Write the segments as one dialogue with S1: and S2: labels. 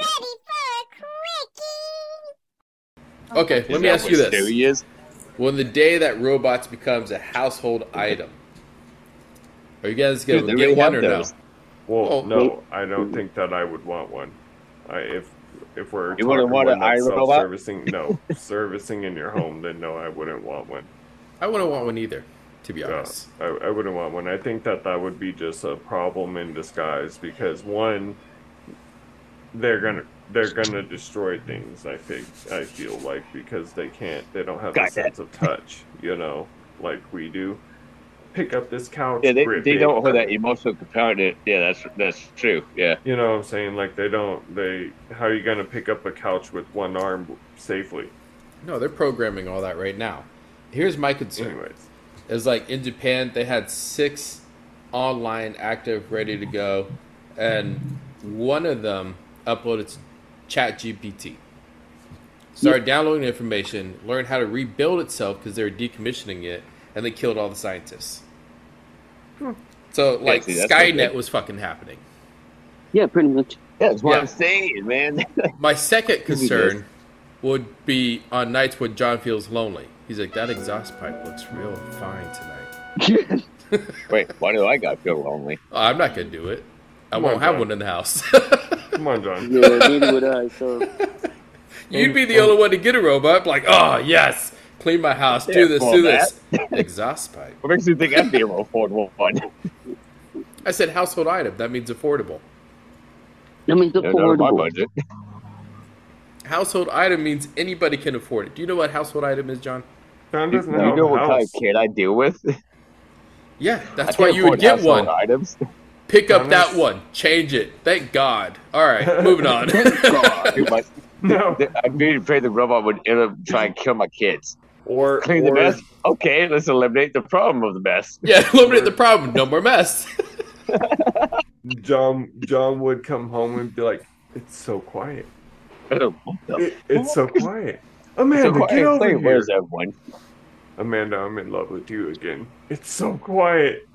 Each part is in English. S1: ready for a quickie.
S2: Okay, let me ask you
S3: There
S2: this.
S3: he is.
S2: When the day that robots becomes a household item, are you guys
S3: Dude,
S2: going
S3: they
S2: to
S3: already
S2: get one
S3: have
S2: or no?
S3: those.
S4: Well,
S2: Oh,
S4: no,
S3: well-
S4: I don't think that I would want one. I, if if we're
S3: You wouldn't
S4: talking
S3: want an
S4: one that's
S3: iRobot?
S4: self-servicing, no, servicing in your home, then no, I wouldn't want one.
S2: I wouldn't want one either, to be
S3: Oh.
S4: Yeah,
S2: honest.
S4: I, I wouldn't want one. I think that that would be just a problem in disguise because one, they're gonna they're gonna destroy things. I think I feel like because they can't, they don't have a
S3: Got that.
S4: sense of touch, you know, like we do. Pick up this couch.
S3: Yeah, they,
S4: rip
S3: they
S4: it.
S3: don't have that emotional component. Yeah, that's that's true. Yeah.
S4: You know what I'm saying? Like they don't. They how are you gonna pick up a couch with one arm safely?
S2: No, they're programming all that right now. Here's my concern.
S4: Anyways,
S2: It's like in Japan, they had six online active, ready to go, and one of them uploaded to ChatGPT. Started downloading information, learned how to rebuild itself because they were decommissioning it, and they killed all the scientists. So, like,
S3: see, that's not
S2: Skynet
S3: good.
S2: was fucking happening.
S5: Yeah, pretty much.
S3: Yeah, that's what
S2: Yeah.
S3: I'm saying, man.
S2: My second
S3: Who we
S2: concern would be on nights when John feels lonely. He's like, that exhaust pipe looks real fine tonight.
S3: Wait, why do I got feel lonely?
S2: Oh, I'm not gonna do it. I
S4: Come
S2: won't
S4: on,
S2: have
S4: John.
S2: one in the house.
S4: come on, John.
S5: Yeah, neither would I. So
S2: You'd be the only one to get a robot. Like, oh yes, clean my house, do
S3: Yeah,
S2: this,
S3: well,
S2: do this. exhaust pipe.
S3: What makes you think I'd be able to afford one?
S2: I said household item. That means affordable.
S5: that means
S3: Yeah, not on my
S5: affordable.
S3: budget.
S2: Household item means anybody can afford it. Do you know what household item is, John?
S4: John
S3: You
S4: doesn't have
S3: know
S4: a
S3: what kind
S4: house.
S3: of kid I deal with?
S2: Yeah,
S3: I
S2: that's
S3: can't
S2: why you
S3: afford
S2: would get
S3: household
S2: one.
S3: Items.
S2: Pick up
S4: Thomas.
S2: that one. Change it. Thank God. All right, moving on.
S3: God, dude, my-
S4: No.
S3: I'm being afraid the robot would end up trying to kill my kids.
S4: Or
S3: Clean the
S4: or-
S3: mess. Okay, let's eliminate the problem of the mess.
S2: yeah, eliminate the problem. No more mess.
S4: John John would come home and be like, "It's so quiet.
S3: Oh, what the
S4: It, it's so quiet." Amanda,
S3: So quiet.
S4: get over
S3: Wait,
S4: here.
S3: Where's everyone?
S4: Amanda, I'm in love with you again. It's so quiet.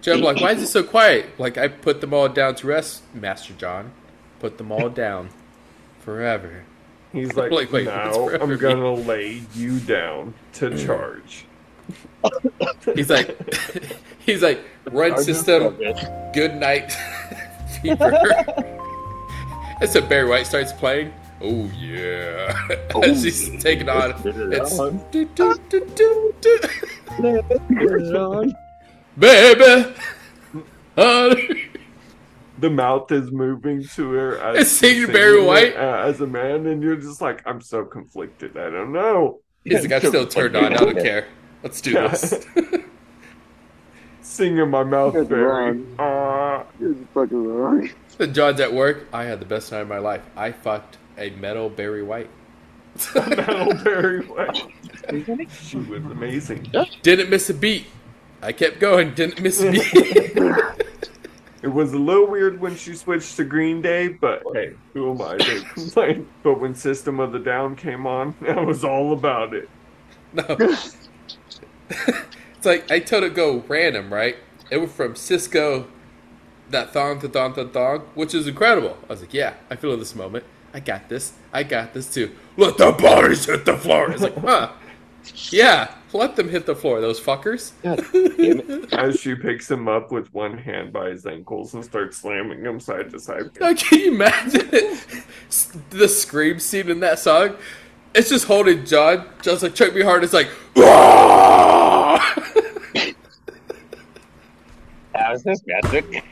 S2: Joe, I'm like, why is it so quiet? Like, I put them all down to rest, Master John. Put them all down forever.
S4: He's like,
S2: Like, wait, it's
S4: "Now
S2: forever.
S4: I'm gonna lay you down to
S3: Mm.
S4: charge."
S2: He's like, he's like, run system, good night, fever. and so Barry White starts playing. Oh yeah, as he's taking on. It's do, do, do, do, do. baby. honey.
S4: the mouth is moving to her as
S2: It's
S4: she's
S2: singing Barry
S4: it,
S2: White.
S4: uh, as a man, and you're just like, I'm so conflicted. I don't know.
S2: He's like, I'm still turned on. I don't care. Let's do this.
S4: Singing my mouth,
S5: Good
S4: Barry.
S5: run.
S4: Uh,
S5: This is fucking wrong.
S2: Then John's at work. I had the best night of my life. I fucked a metal Barry White.
S4: metal Barry White. She was amazing.
S2: Didn't miss a beat. I kept going. Didn't miss a beat.
S4: It was a little weird when she switched to Green Day, but hey, who am I to complain? But when System of the Down came on, I was all about it.
S2: no. it's like I told it to go random, right? It went from Cisco, that thong to thong to thong, which is incredible. I was like, yeah, I feel this moment. I got this. I got this too. Let the bodies hit the floor. It's like, huh? Yeah, let them hit the floor, those fuckers.
S4: As she picks him up with one hand by his ankles and starts slamming him side to side.
S2: Now, can you imagine it? S- the scream scene in that song? It's just holding John. John's like, check me hard. It's like,
S3: How's this magic?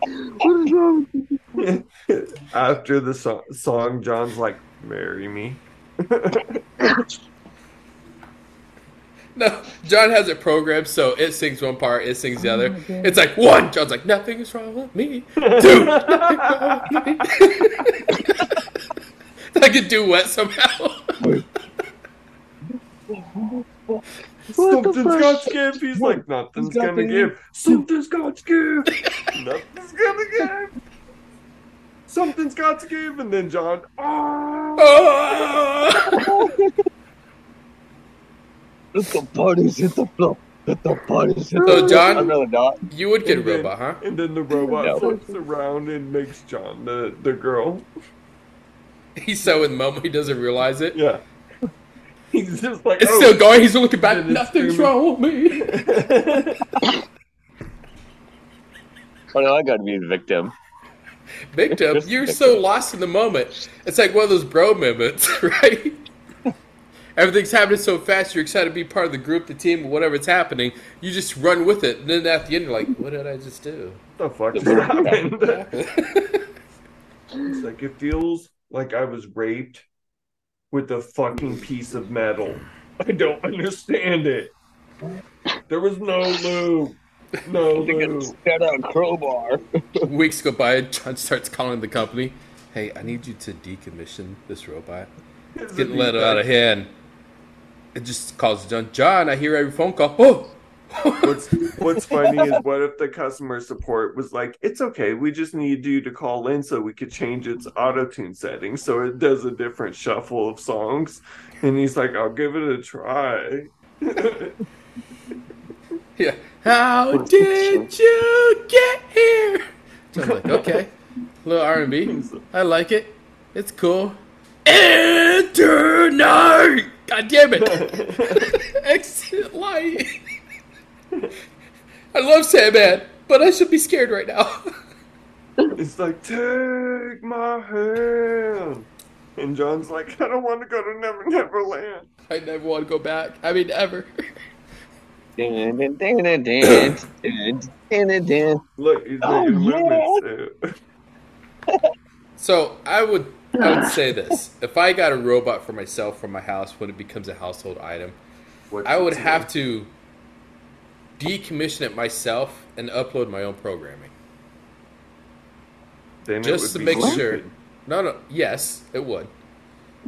S5: What is wrong? with you?
S4: After the so- song, John's like, "Marry me."
S2: no. John has it programmed, so it sings one part, it sings the other. It's like, one. John's like, nothing is wrong with me. Two. nothing wrong with me. It's like a duet somehow.
S5: What the
S4: Something's
S5: fuck?
S4: got to give. He's like, "Nothing's
S5: got
S4: gonna
S5: to
S4: give. Something's got to give. Nothing's gonna give. Something's got to give." And then John, oh,
S2: Oh.
S3: Look, the bodies hit the floor.
S6: What the fuck is this?
S2: So, John-
S6: Another dog.
S2: You would get
S4: And then-
S2: robot, huh?
S4: And then the
S6: No.
S4: robot flips around and makes John the, the girl.
S2: He's so in Momo he doesn't realize it.
S4: Yeah. He's just like,
S2: It's
S4: oh.
S2: still going. He's looking back.
S4: And it's
S2: Nothing's
S4: screaming.
S2: wrong with me.
S3: Oh no, I got to be the victim.
S2: Victim,
S3: Just
S2: you're
S3: victim.
S2: so lost in the moment. It's like one of those bro moments, right? Everything's happening so fast. You're excited to be part of the group, the team, whatever's happening. You just run with it, and then at the end, you're like, "What did I just do?"
S4: the fuck just
S3: Yeah.
S4: happened? It's like it feels like I was raped with a fucking piece of metal. I don't understand it. There was no lube. No
S6: I think it's
S4: lube.
S6: got a crowbar.
S2: Weeks go by, and John starts calling the company. Hey, I need you to decommission this robot.
S4: It's
S2: Get let out of hand. It just calls John. John, I hear every phone call. Oh,
S4: What's What's funny is what if the customer support was like, "It's okay, we just need you to call in so we could change its auto tune settings so it does a different shuffle of songs," and he's like, "I'll give it a try."
S2: yeah. How did you get here? So I'm like, okay, little R and B. I like it. It's cool. Enter night. God damn it! Exit light. I love Sandman, but I should be scared right now.
S4: It's like, take my hand. And John's like, I don't want to go to Never Never Land.
S2: I never want to go back. I mean, ever.
S3: Dun, dun, dun, dun, dun, dun, dun, dun, dun.
S4: Look, he's
S6: Oh,
S4: making
S6: yeah.
S4: movements too.
S2: So I would I would say this: if I got a robot for myself from my house when it becomes a household item,
S4: What's
S2: I would
S4: it
S2: have to decommission it myself and upload my own programming.
S4: Then it
S2: just to
S4: would be
S2: make sure.
S4: stupid.
S2: No, no. Yes, it would.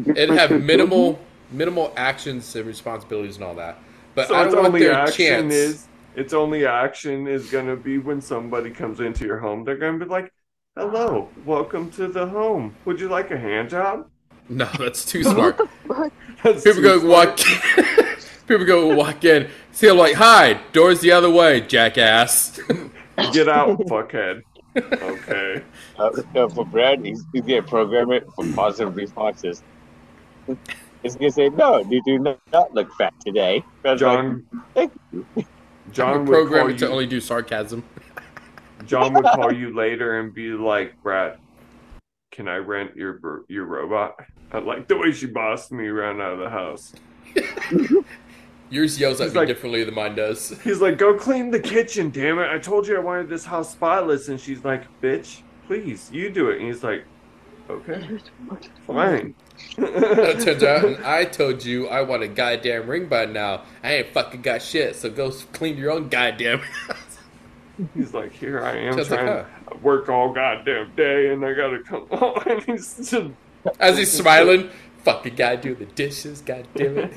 S2: It'd have minimal minimal actions and responsibilities and all that. But
S4: So
S2: I
S4: its
S2: don't want
S4: only
S2: their
S4: action
S2: chance.
S4: is its only action is gonna be when somebody comes into your home. They're gonna be like, "Hello, welcome to the home. Would you like a hand job?"
S2: No, that's too smart.
S4: That's
S2: People
S4: too
S2: go
S4: smart.
S2: walk. People go walk in. See, I'm like, "Hi, doors the other way, jackass."
S4: Get out, fuckhead. Okay.
S3: Uh, uh, for Brad, he's, he's gonna program it for positive responses. It's gonna say, "No, you do not, not look fat today." Brad's like,
S4: John John would
S2: Program
S4: call
S2: it to
S4: you
S2: only do sarcasm.
S4: John would call you later and be like, "Brad, can I rent your br- your robot?" I like the way she bossed me around out of the house.
S2: Yours yells at
S4: He's
S2: me
S4: like-
S2: differently than mine does.
S4: He's like, "Go clean the kitchen, damn it! I told you I wanted this house spotless," and she's like, "Bitch, please, you do it." And he's like, "Okay, fine."
S2: it turns out, and I told you I want a goddamn ring by now. I ain't fucking got shit, so go s- clean your own goddamn.
S4: He's like, "Here I am
S2: Sounds like
S4: trying to work all goddamn day, and I gotta come home." And he's just
S2: As he's smiling, fucking guy do the dishes, god damn it.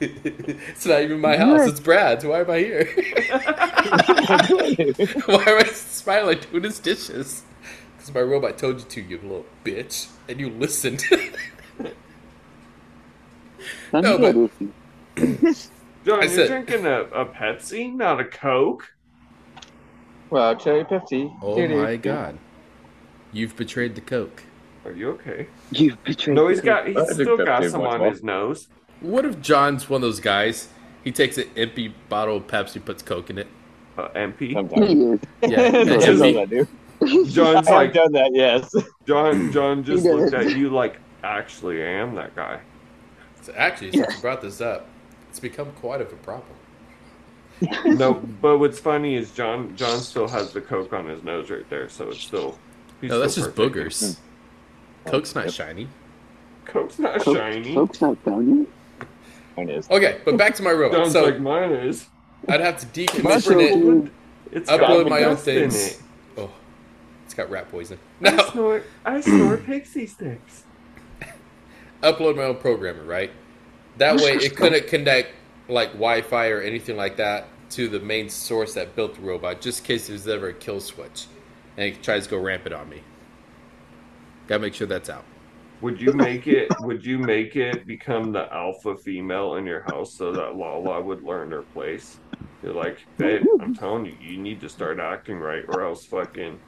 S2: it's not even my house, it's Brad's. Why am I here? Why am I smiling doing his dishes? Because my robot told you to, you little bitch. And you listened. No, but-
S4: John,
S2: I
S4: you're
S2: said-
S4: drinking a, a Pepsi, not a Coke.
S3: "Well, cherry Pepsi."
S2: Oh god. You've betrayed the Coke.
S4: Are you okay?
S5: You've betrayed
S4: No, he's
S5: me.
S4: got he's
S3: That's
S4: still got
S3: accepted,
S4: some
S3: what's
S4: on
S3: wrong?
S4: his nose.
S2: What if John's one of those guys? He takes an empty bottle of Pepsi, puts Coke in it.
S4: Uh, MP.
S3: Sometimes.
S5: He is.
S2: Yeah. and
S3: Sometimes
S2: empty-
S3: I do.
S4: John's
S3: I've
S4: like
S3: done that. Yes.
S4: John. John just
S5: He
S4: looked
S5: does.
S4: at you like, actually, I am that guy.
S2: So actually, since you brought this up, it's become quite of a problem.
S4: No, but what's funny is John. John still has the coke on his nose right there, so it's still. He's
S2: No, that's
S4: still
S2: just
S4: partaking.
S2: boogers.
S4: Hmm.
S2: Coke's not shiny.
S4: Coke's not
S5: Coke-
S4: shiny.
S5: Coke's not found
S3: Mine is.
S2: Okay, but back to my robot.
S4: John's
S2: So
S4: like mine is.
S2: I'd have to
S4: Mine's
S2: decommission it.
S4: opened. It's got
S2: upload my own
S4: dust in
S2: things.
S4: it.
S2: Oh, it's got rat poison.
S4: I
S2: No,
S4: snort. I snort pixie sticks.
S2: upload my own programming, right? That way, it couldn't connect like Wi-Fi or anything like that to the main source that built the robot, just in case there's ever a kill switch, and it tries to go rampant on me. Gotta make sure that's out.
S4: Would you make it? Would you make it become the alpha female in your house so that Lala would learn her place? You're like, babe, I'm telling you, you need to start acting right, or else fucking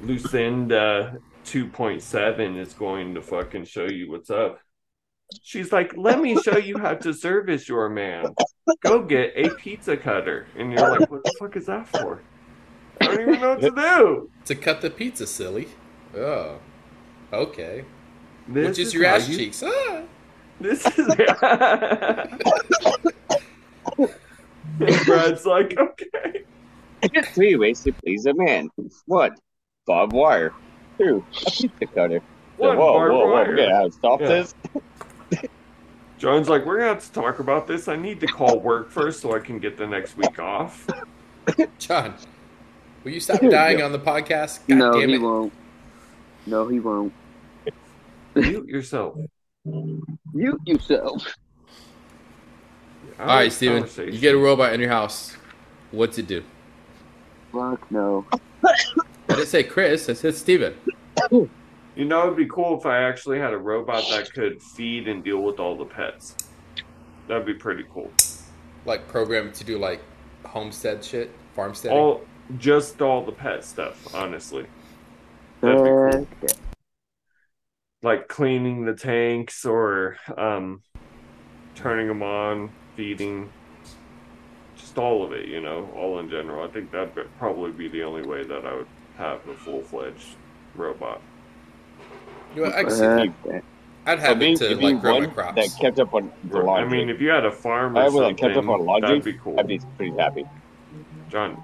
S4: Lucinda 2.7 is going to fucking show you what's up. She's like, let me show you how to service your man. Go get a pizza cutter. And you're like, what the fuck is that for? I don't even know what to do.
S2: To cut the pizza, silly. Oh, okay.
S4: This
S2: Which is, your ass
S4: how you-
S2: cheeks? Ah.
S4: This is. And Brad's like, okay.
S3: Three ways to please a man. One, barbed wire. Two, a pizza cutter.
S4: One
S3: whoa,
S4: barbed
S3: whoa, whoa!
S4: wire.
S3: We're gonna have to stop
S4: Yeah.
S3: this.
S4: John's like, we're gonna have to talk about this. I need to call work first so I can get the next week off.
S2: John, will you stop dying on the podcast? God
S5: no,
S2: damn
S5: he
S2: it.
S5: won't. No, he won't.
S4: Mute yourself.
S5: Mute yourself.
S2: All right, Steven, you get a robot in your house. What's it do?
S5: Fuck no.
S2: I didn't say Chris. I said Steven.
S4: You know, it'd be cool if I actually had a robot that could feed and deal with all the pets. That'd be pretty cool.
S2: Like programmed to do like homestead shit, farmsteading.
S4: All just all the pet stuff, honestly. That'd be cool.
S5: Uh,
S4: like cleaning the tanks or um, turning them on, feeding, just all of it, you know, all in general. I think that'd be- probably be the only way that I would have a full fledged robot.
S2: you know, actually,
S5: uh,
S2: I'd
S3: So
S2: have
S3: being,
S2: it to
S3: being
S2: like grow my
S3: one that
S2: crops.
S3: kept up on the
S4: I
S3: laundry,
S4: mean, if you had a farm
S3: I would
S4: or
S3: have
S4: something,
S3: kept up on laundry.
S4: that'd be cool.
S3: I'd be pretty happy.
S4: John,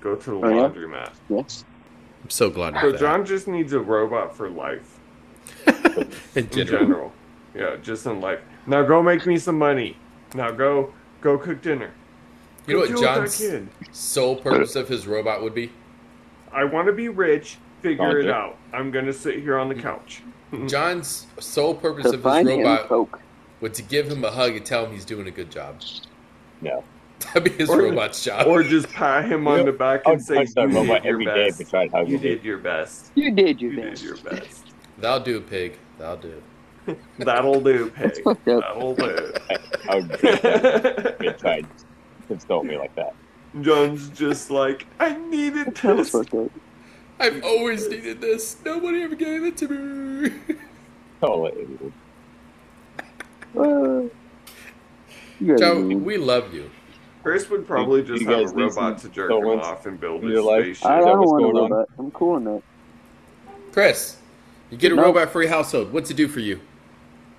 S4: go to the
S5: Oh, yeah?
S4: laundromat.
S5: yes.
S2: I'm so glad.
S4: So
S2: of that.
S4: John just needs a robot for life
S2: in
S4: in
S2: general.
S4: general. Yeah, just in life. Now go make me some money. Now go go cook dinner.
S2: You know
S4: Go
S2: what
S4: deal with that
S2: John's
S4: kid.
S2: sole purpose of his robot would be?
S4: I want to be rich. Figure it
S3: Gotcha.
S4: out. I'm gonna sit here on the couch.
S2: John's sole purpose
S5: Mm. To
S2: of his
S5: find him,
S2: robot
S5: folk.
S2: would to give him a hug and tell him he's doing a good job.
S3: No.
S2: That'd be his
S4: Or-
S2: robot's job.
S4: Or just pat him on
S3: Yep.
S4: the back
S3: I
S4: and
S3: would
S4: say,
S3: punch that
S4: "You
S3: robot
S4: did your
S3: every day if
S4: best.
S3: it tried
S4: You
S3: hugging me.
S4: did your best.
S5: You did your
S4: You did
S5: best.
S4: your best.
S2: That'll do, pig. That'll do.
S4: That'll do,
S5: That's
S4: pig.
S5: fucked up.
S4: That'll do."
S3: I would drink that if it tried to consult me like that.
S4: John's just like, "I needed
S5: That's
S4: this."
S5: fucked up.
S2: I've always needed this. Nobody ever gave it to me.
S3: Totally.
S4: Oh,
S5: Uh, you gotta be
S2: John,
S5: mean.
S2: we love you.
S4: Chris would probably just
S3: You
S4: have
S3: guys
S4: a
S3: need
S4: robot to
S3: some
S4: jerk him
S3: someone's-
S4: off and build
S3: you're
S4: his
S3: like,
S4: spaceship.
S5: I, I
S3: Is that
S5: don't
S3: what's
S5: want to
S3: going
S5: know
S3: on?
S5: that. I'm cool on that.
S2: Chris, you get a
S5: No.
S2: robot for your household. What's it do for you?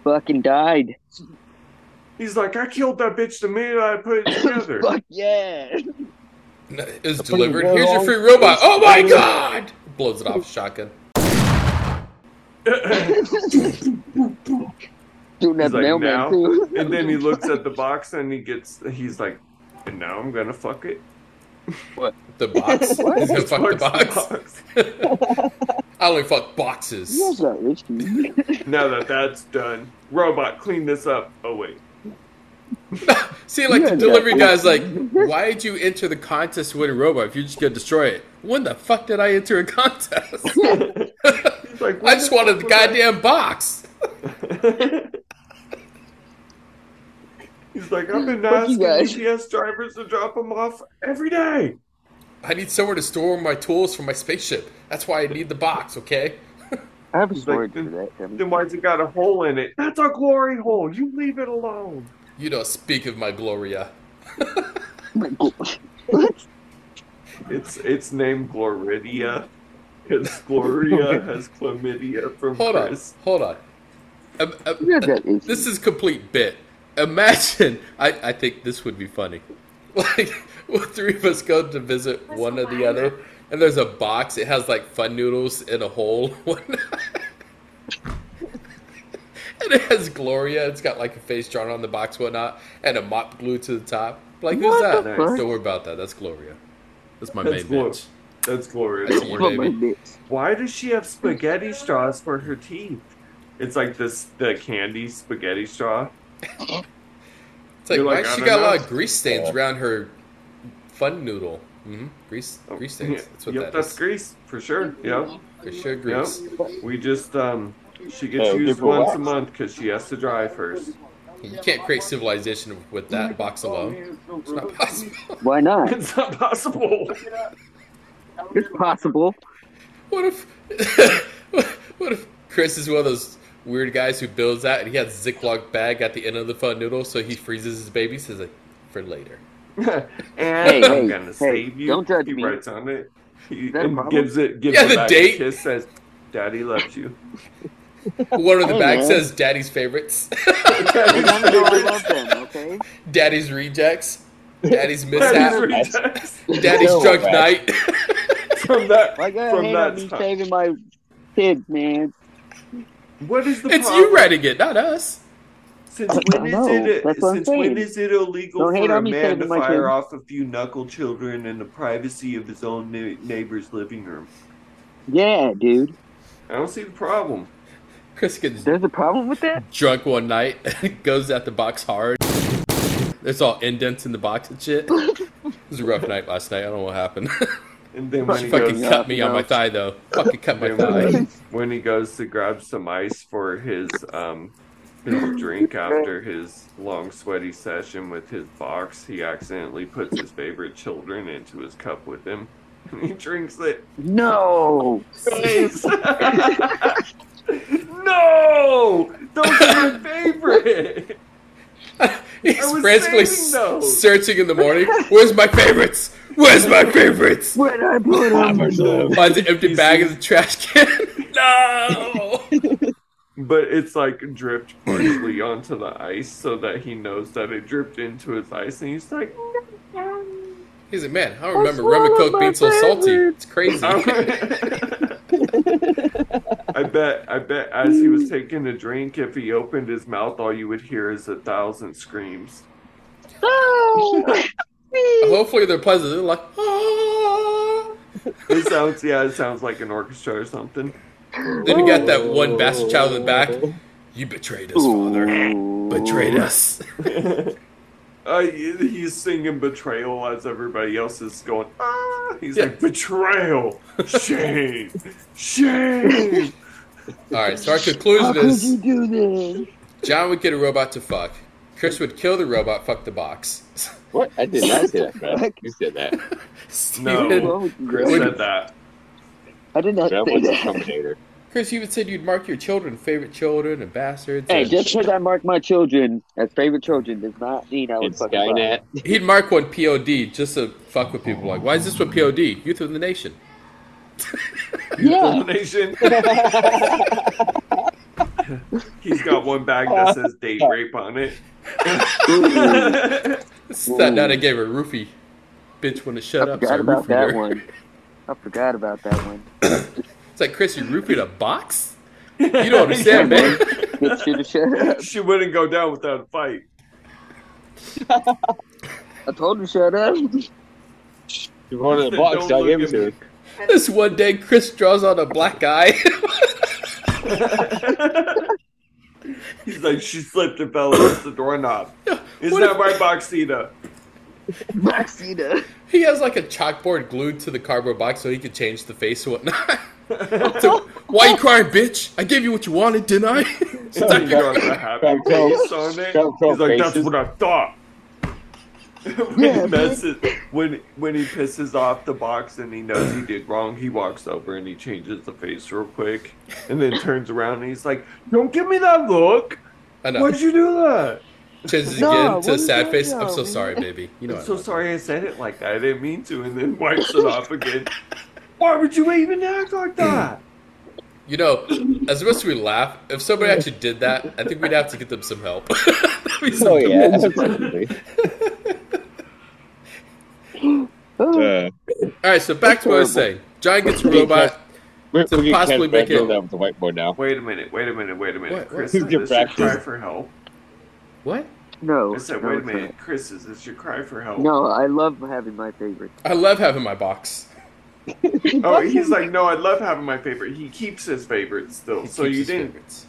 S5: Fucking died.
S4: He's like, "I killed that bitch the minute I put it together."
S5: Fuck yeah.
S2: No, It was
S3: pretty
S2: delivered.
S3: good
S2: Here's your
S3: long-
S2: free robot. Oh my god! Blows it off shotgun.
S5: Doing that
S4: He's like,
S5: mailman
S4: "Now?"
S5: too.
S4: and then he looks at the box and he gets, he's like, "And now I'm gonna fuck it."
S2: The box? He's gonna fuck the
S4: Fucks
S2: box. I only fuck boxes.
S5: You guys got rich dude.
S4: Now that that's done, robot, clean this up. Oh wait,
S2: See, like
S5: You
S2: the
S5: ain't got
S2: delivery
S5: it.
S2: guy's like, why did you enter the contest with a robot if you're just gonna destroy it? When the fuck did I enter a contest?
S4: he's like,
S2: I just wanted the goddamn box.
S4: goddamn. he's like, I've been
S5: Fuck
S4: asking
S5: you guys."
S4: UPS drivers to drop them off every day.
S2: I need somewhere to store my tools for my spaceship. That's why I need the box, okay?
S5: I have a
S4: He's like,
S5: story for
S4: "Then-
S5: that. Kevin.
S4: Then why's it got a hole in it? That's a glory hole. You leave it alone.
S2: You don't speak of my Gloria.
S5: My gosh.
S4: It's it's named Gloridia. Because Gloria has chlamydia from
S2: Hold on,
S4: Chris.
S2: hold on. Um, um,
S5: You guys got issues.
S2: This is complete bit. Imagine, I, I think this would be funny. Like, well, three of us go to visit one or the other, and there's a box. It has like fun noodles in a hole. and it has Gloria. It's got like a face drawn on the box, whatnot, and a mop glued to the top. Like, who's
S5: What the
S2: that?
S5: fuck?
S2: Don't worry about that. That's Gloria. That's my
S4: That's
S2: main
S4: Glo-
S2: bitch.
S4: That's
S2: That's
S4: Gloria.
S2: Gloria.
S5: Fuck my
S2: baby.
S5: bitch.
S4: Why does she have spaghetti straws for her teeth? It's like this the candy spaghetti straw.
S2: It's like,
S4: You're
S2: why
S4: like, I
S2: she
S4: don't
S2: got a
S4: know. Oh.
S2: lot of grease stains around her fun noodle? hmm Grease, grease
S4: Oh, Yeah.
S2: stains. That's what
S4: yep,
S2: that
S4: that's
S2: is.
S4: grease for sure. Yep.
S2: For sure, grease.
S4: We just um she gets
S3: Oh,
S4: used
S3: people
S4: once
S3: wax.
S4: a month because she has to dry first.
S2: You can't create civilization with that box alone. It's not possible.
S5: Why not?
S4: It's not possible.
S5: It's possible.
S2: What if what if Chris is one of those weird guys who builds that and he has a Ziploc bag at the end of the fun noodle so he freezes his babies says like for later.
S4: and
S5: Hey,
S4: I'm
S5: hey,
S4: gonna
S5: hey,
S4: save you.
S5: don't judge
S4: he
S5: me.
S4: writes on it. He
S5: that a
S4: and
S5: problem?
S4: gives it gives
S2: Yeah,
S4: it
S2: the
S4: back
S2: date.
S4: a kiss says, Daddy loves you.
S2: One of the
S5: Hey,
S2: bags
S5: man.
S2: says daddy's favorites,
S5: As long as I love them, okay?
S2: daddy's rejects, daddy's
S4: Daddy's
S2: mishap,
S4: rejects.
S2: daddy's
S3: No,
S2: drunk
S3: man.
S2: night.
S4: From that
S5: Why gotta
S4: from
S5: hate
S4: that
S5: uh, on me
S4: time.
S5: saving my kids, man?
S4: What is the
S2: it's
S4: problem?
S2: you writing it, not us.
S4: Since
S5: I
S4: when is
S5: know,
S4: it
S5: that's what I'm
S4: since when
S5: saying.
S4: is it illegal
S5: Don't hate
S4: for a
S5: on me
S4: man
S5: saving
S4: to
S5: my
S4: fire off
S5: kids.
S4: a few knuckle children in the privacy of his own neigh- neighbor's living room?
S5: Yeah, dude.
S4: I don't see the problem.
S2: Chris gets
S5: There's a problem with that?
S2: drunk one night, goes at the box hard. There's all indents in the box and shit. It was a rough night last night. I don't know what happened.
S4: And then when
S2: she
S4: he
S2: fucking
S4: goes,
S2: cut me on my
S4: No.
S2: thigh though. Fucking cut my
S4: Then when,
S2: thigh.
S4: when he goes to grab some ice for his um his drink after his long sweaty session with his box, he accidentally puts his favorite children into his cup with him. And he drinks it.
S5: No.
S4: Face. no! Those are my favorite! I
S2: He's
S4: was
S2: frantically
S4: saving those.
S2: searching in the morning. Where's my favorites? Where's my favorites?
S5: Where'd I put them?
S2: Finds an empty bag in the trash can. no.
S4: But it's like dripped partially onto the ice so that he knows that it dripped into his ice and he's like,
S2: He's like, man, I don't remember rum and coke being so salty. It's crazy.
S4: I bet, I bet, as he was taking a drink, if he opened his mouth, all you would hear is a thousand screams.
S2: Hopefully they're pleasant. They're like, oh.
S4: It sounds, yeah, it sounds like an orchestra or something.
S2: Then you got that one bastard child in the back. You betrayed us, father.
S5: Ooh.
S2: Betrayed us.
S4: Uh, he- he's singing betrayal as everybody else is going. Ah, he's like betrayal, shame, shame.
S2: All right, so our
S5: How
S2: conclusion
S5: could you
S2: is
S5: do this?
S2: John would get a robot to fuck. Chris would kill the robot, fuck the box.
S3: What? I did not say that, Brad. You said that.
S4: No.
S5: Well,
S4: Chris said that.
S5: I did not
S3: Brad
S5: say
S3: was a
S5: that.
S3: Terminator.
S2: Chris, you would said you'd mark your children, favorite children, and bastards.
S5: Hey,
S2: and-
S5: just because I mark my children as favorite children does not mean I
S3: In
S5: was fucking
S3: Skynet.
S2: He'd mark one POD just to fuck with people. Like, why is this one POD? Youth of the Nation.
S5: Yeah.
S4: Nation. he's got one bag that says date rape on it.
S5: Ooh,
S2: This is that night I gave her a roofie. Bitch, want to shut
S5: Hmm.
S2: up.
S5: I
S2: so I
S5: forgot about
S2: roofied
S5: that
S2: her.
S5: one. I forgot about that one.
S2: It's like, Chris, you roofied a box? You don't understand, man.
S5: Get you to shut up.
S4: she wouldn't go down without a fight.
S5: I told you shut up.
S3: You wanted the box,
S4: Don't
S3: so I gave it
S4: look
S3: to
S4: at
S3: him.
S2: this one day, Chris draws on a black eye.
S4: He's like, she slipped and fell against the doorknob. Is
S2: What
S4: that
S2: if-
S4: my boxita?
S5: Maxita.
S2: he has like a chalkboard glued to the cardboard box so he could change the face and whatnot. So, why you crying, bitch? I gave you what you wanted, didn't I?
S4: He's like, you don't have a happy
S3: Don't go-
S4: face on it.
S3: don't go
S4: He's like, that's
S3: faces.
S4: what I thought. when, he messes, when when he pisses off the box and he knows he did wrong, he walks over and he changes the face real quick, and then turns around and he's like, "Don't give me that look!
S2: I know.
S4: Why'd you do that?"
S2: Changes
S5: No,
S2: again to
S5: what is
S2: sad
S5: that
S2: face. I'm
S5: now?
S2: so sorry, baby. You know,
S4: I'm
S2: I
S4: so
S2: love you.
S4: sorry I said it like that. I didn't mean to, and then wipes it off again. Why would you even act like that?
S2: You know, as much as we laugh, if somebody actually did that, I think we'd have to get them some help. That'd be some-
S3: Oh, yeah.
S4: Uh,
S3: absolutely.
S5: Oh,
S3: Uh,
S2: All right, so back to what I was saying. John gets a robot.
S3: we're,
S2: So possibly
S3: we're possibly
S2: make it-
S3: making that with the whiteboard now.
S4: Wait a minute. Wait a minute. Wait a minute.
S2: What?
S4: Chris,
S3: Who's
S4: is
S3: your
S4: this your cry
S3: practice?
S4: for help?
S2: What?
S5: no.
S4: I said,
S5: no,
S4: wait a
S5: it's
S4: minute, Chris, is this your cry for help?
S5: not. No, I love having my favorite.
S2: I love having my box.
S4: Oh, he's like, no, I love having my favorite. He keeps his favorite still.
S2: He
S4: so
S2: keeps
S4: you
S2: his
S4: didn't.
S2: favorites.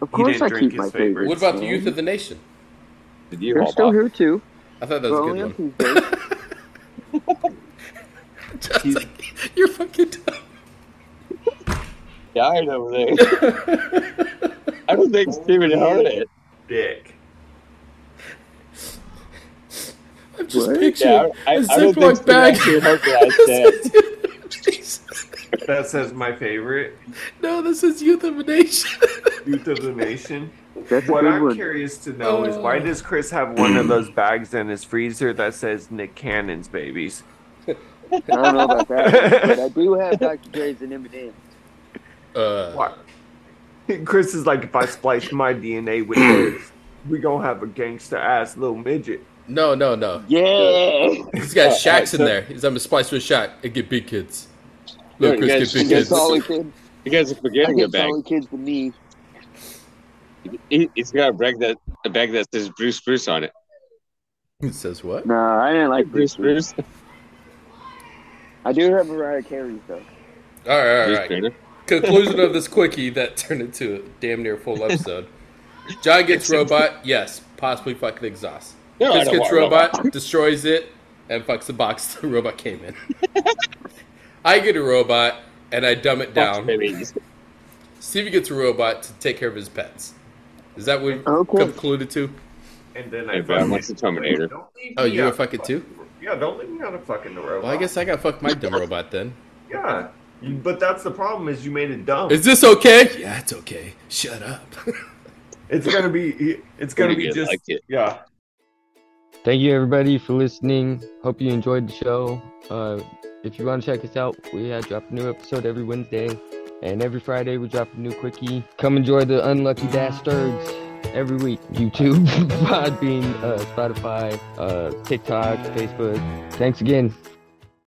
S5: Of
S4: He
S5: course
S4: didn't
S5: I
S4: drink
S5: keep
S4: his
S5: my favorite.
S4: favorites.
S2: What about the youth of the nation?
S3: Did you
S5: They're
S3: all
S5: still
S3: box?
S5: here too.
S2: I thought that
S5: But
S2: was a
S5: only
S2: good
S5: on
S2: one. John's
S5: Tuesdays.
S2: like, you're fucking dumb.
S3: Dying over there. I don't think Steven heard it.
S4: Dick.
S2: just
S5: What?
S2: picture
S3: Yeah, I, I,
S2: a
S3: I don't think
S2: Ziploc
S3: so. I actually
S2: bag.
S3: hope that I said.
S4: That says my favorite
S2: no, this is youth of a nation.
S4: youth of the nation.
S5: That's a
S4: What
S5: good
S4: I'm
S5: one.
S4: curious to know is why does Chris have one of those bags in his freezer that says Nick Cannon's babies?
S5: I don't know about that, one, but I do have Dr. Dre's and M&M's.
S2: Uh,
S4: Why? Chris is like, if I splice my DNA with yours, we gonna have a gangster ass little midget.
S2: no, no, no.
S5: Yeah.
S2: He's got
S3: Uh,
S2: shacks in
S3: so-
S2: there. He's on a splice with Shaq and get big kids. Look,
S3: you
S2: Chris,
S3: guys-
S2: get big
S3: you guys
S5: Gets
S2: kids.
S5: all the kids.
S3: You guys are
S5: I
S3: forgetting
S5: guess
S3: about.
S5: all the kids but me.
S3: He, he's got a bag that a bag that says Bruce Bruce on it.
S2: He says what?
S5: Nah, I didn't like
S3: Bruce
S5: Bruce. Bruce.
S3: Bruce.
S5: I do have Mariah Carey's though.
S2: All right, all
S3: Bruce
S2: right.
S3: Banner.
S2: Conclusion of this quickie that turned into a damn near full episode. John gets robot, yes, possibly fucking exhaust.
S3: No, I
S2: Chris
S3: don't
S2: gets
S3: want
S2: robot, destroys it, and fucks the box the robot came in. I get a robot, and I dumb it
S3: Fuck
S2: down.
S3: babies.
S2: Stevie gets a robot to take care of his pets. Is that what we
S5: Okay.
S2: concluded to?
S4: And then
S3: Hey,
S4: I
S3: bro,
S4: fucking-
S3: what's the Terminator?
S4: Don't leave
S2: Oh,
S4: me
S2: you were
S4: out of
S2: fucking too?
S4: Yeah, don't leave me out of fucking the robot.
S2: Well, I guess I got fucked my dumb robot then.
S4: Yeah, you- but that's the problem is you made it dumb.
S2: Is this okay? Yeah, it's okay. Shut up.
S4: It's gonna be. It's gonna
S3: Wouldn't
S4: be
S3: you
S4: just.
S3: like it?
S4: Yeah.
S7: Thank you, everybody, for listening. Hope you enjoyed the show. Uh, if you want to check us out, we uh, drop a new episode every Wednesday, and every Friday we drop a new quickie. Come enjoy the Unlucky Bastards every week. YouTube, Podbean, uh, Spotify, uh, TikTok, Facebook. Thanks again.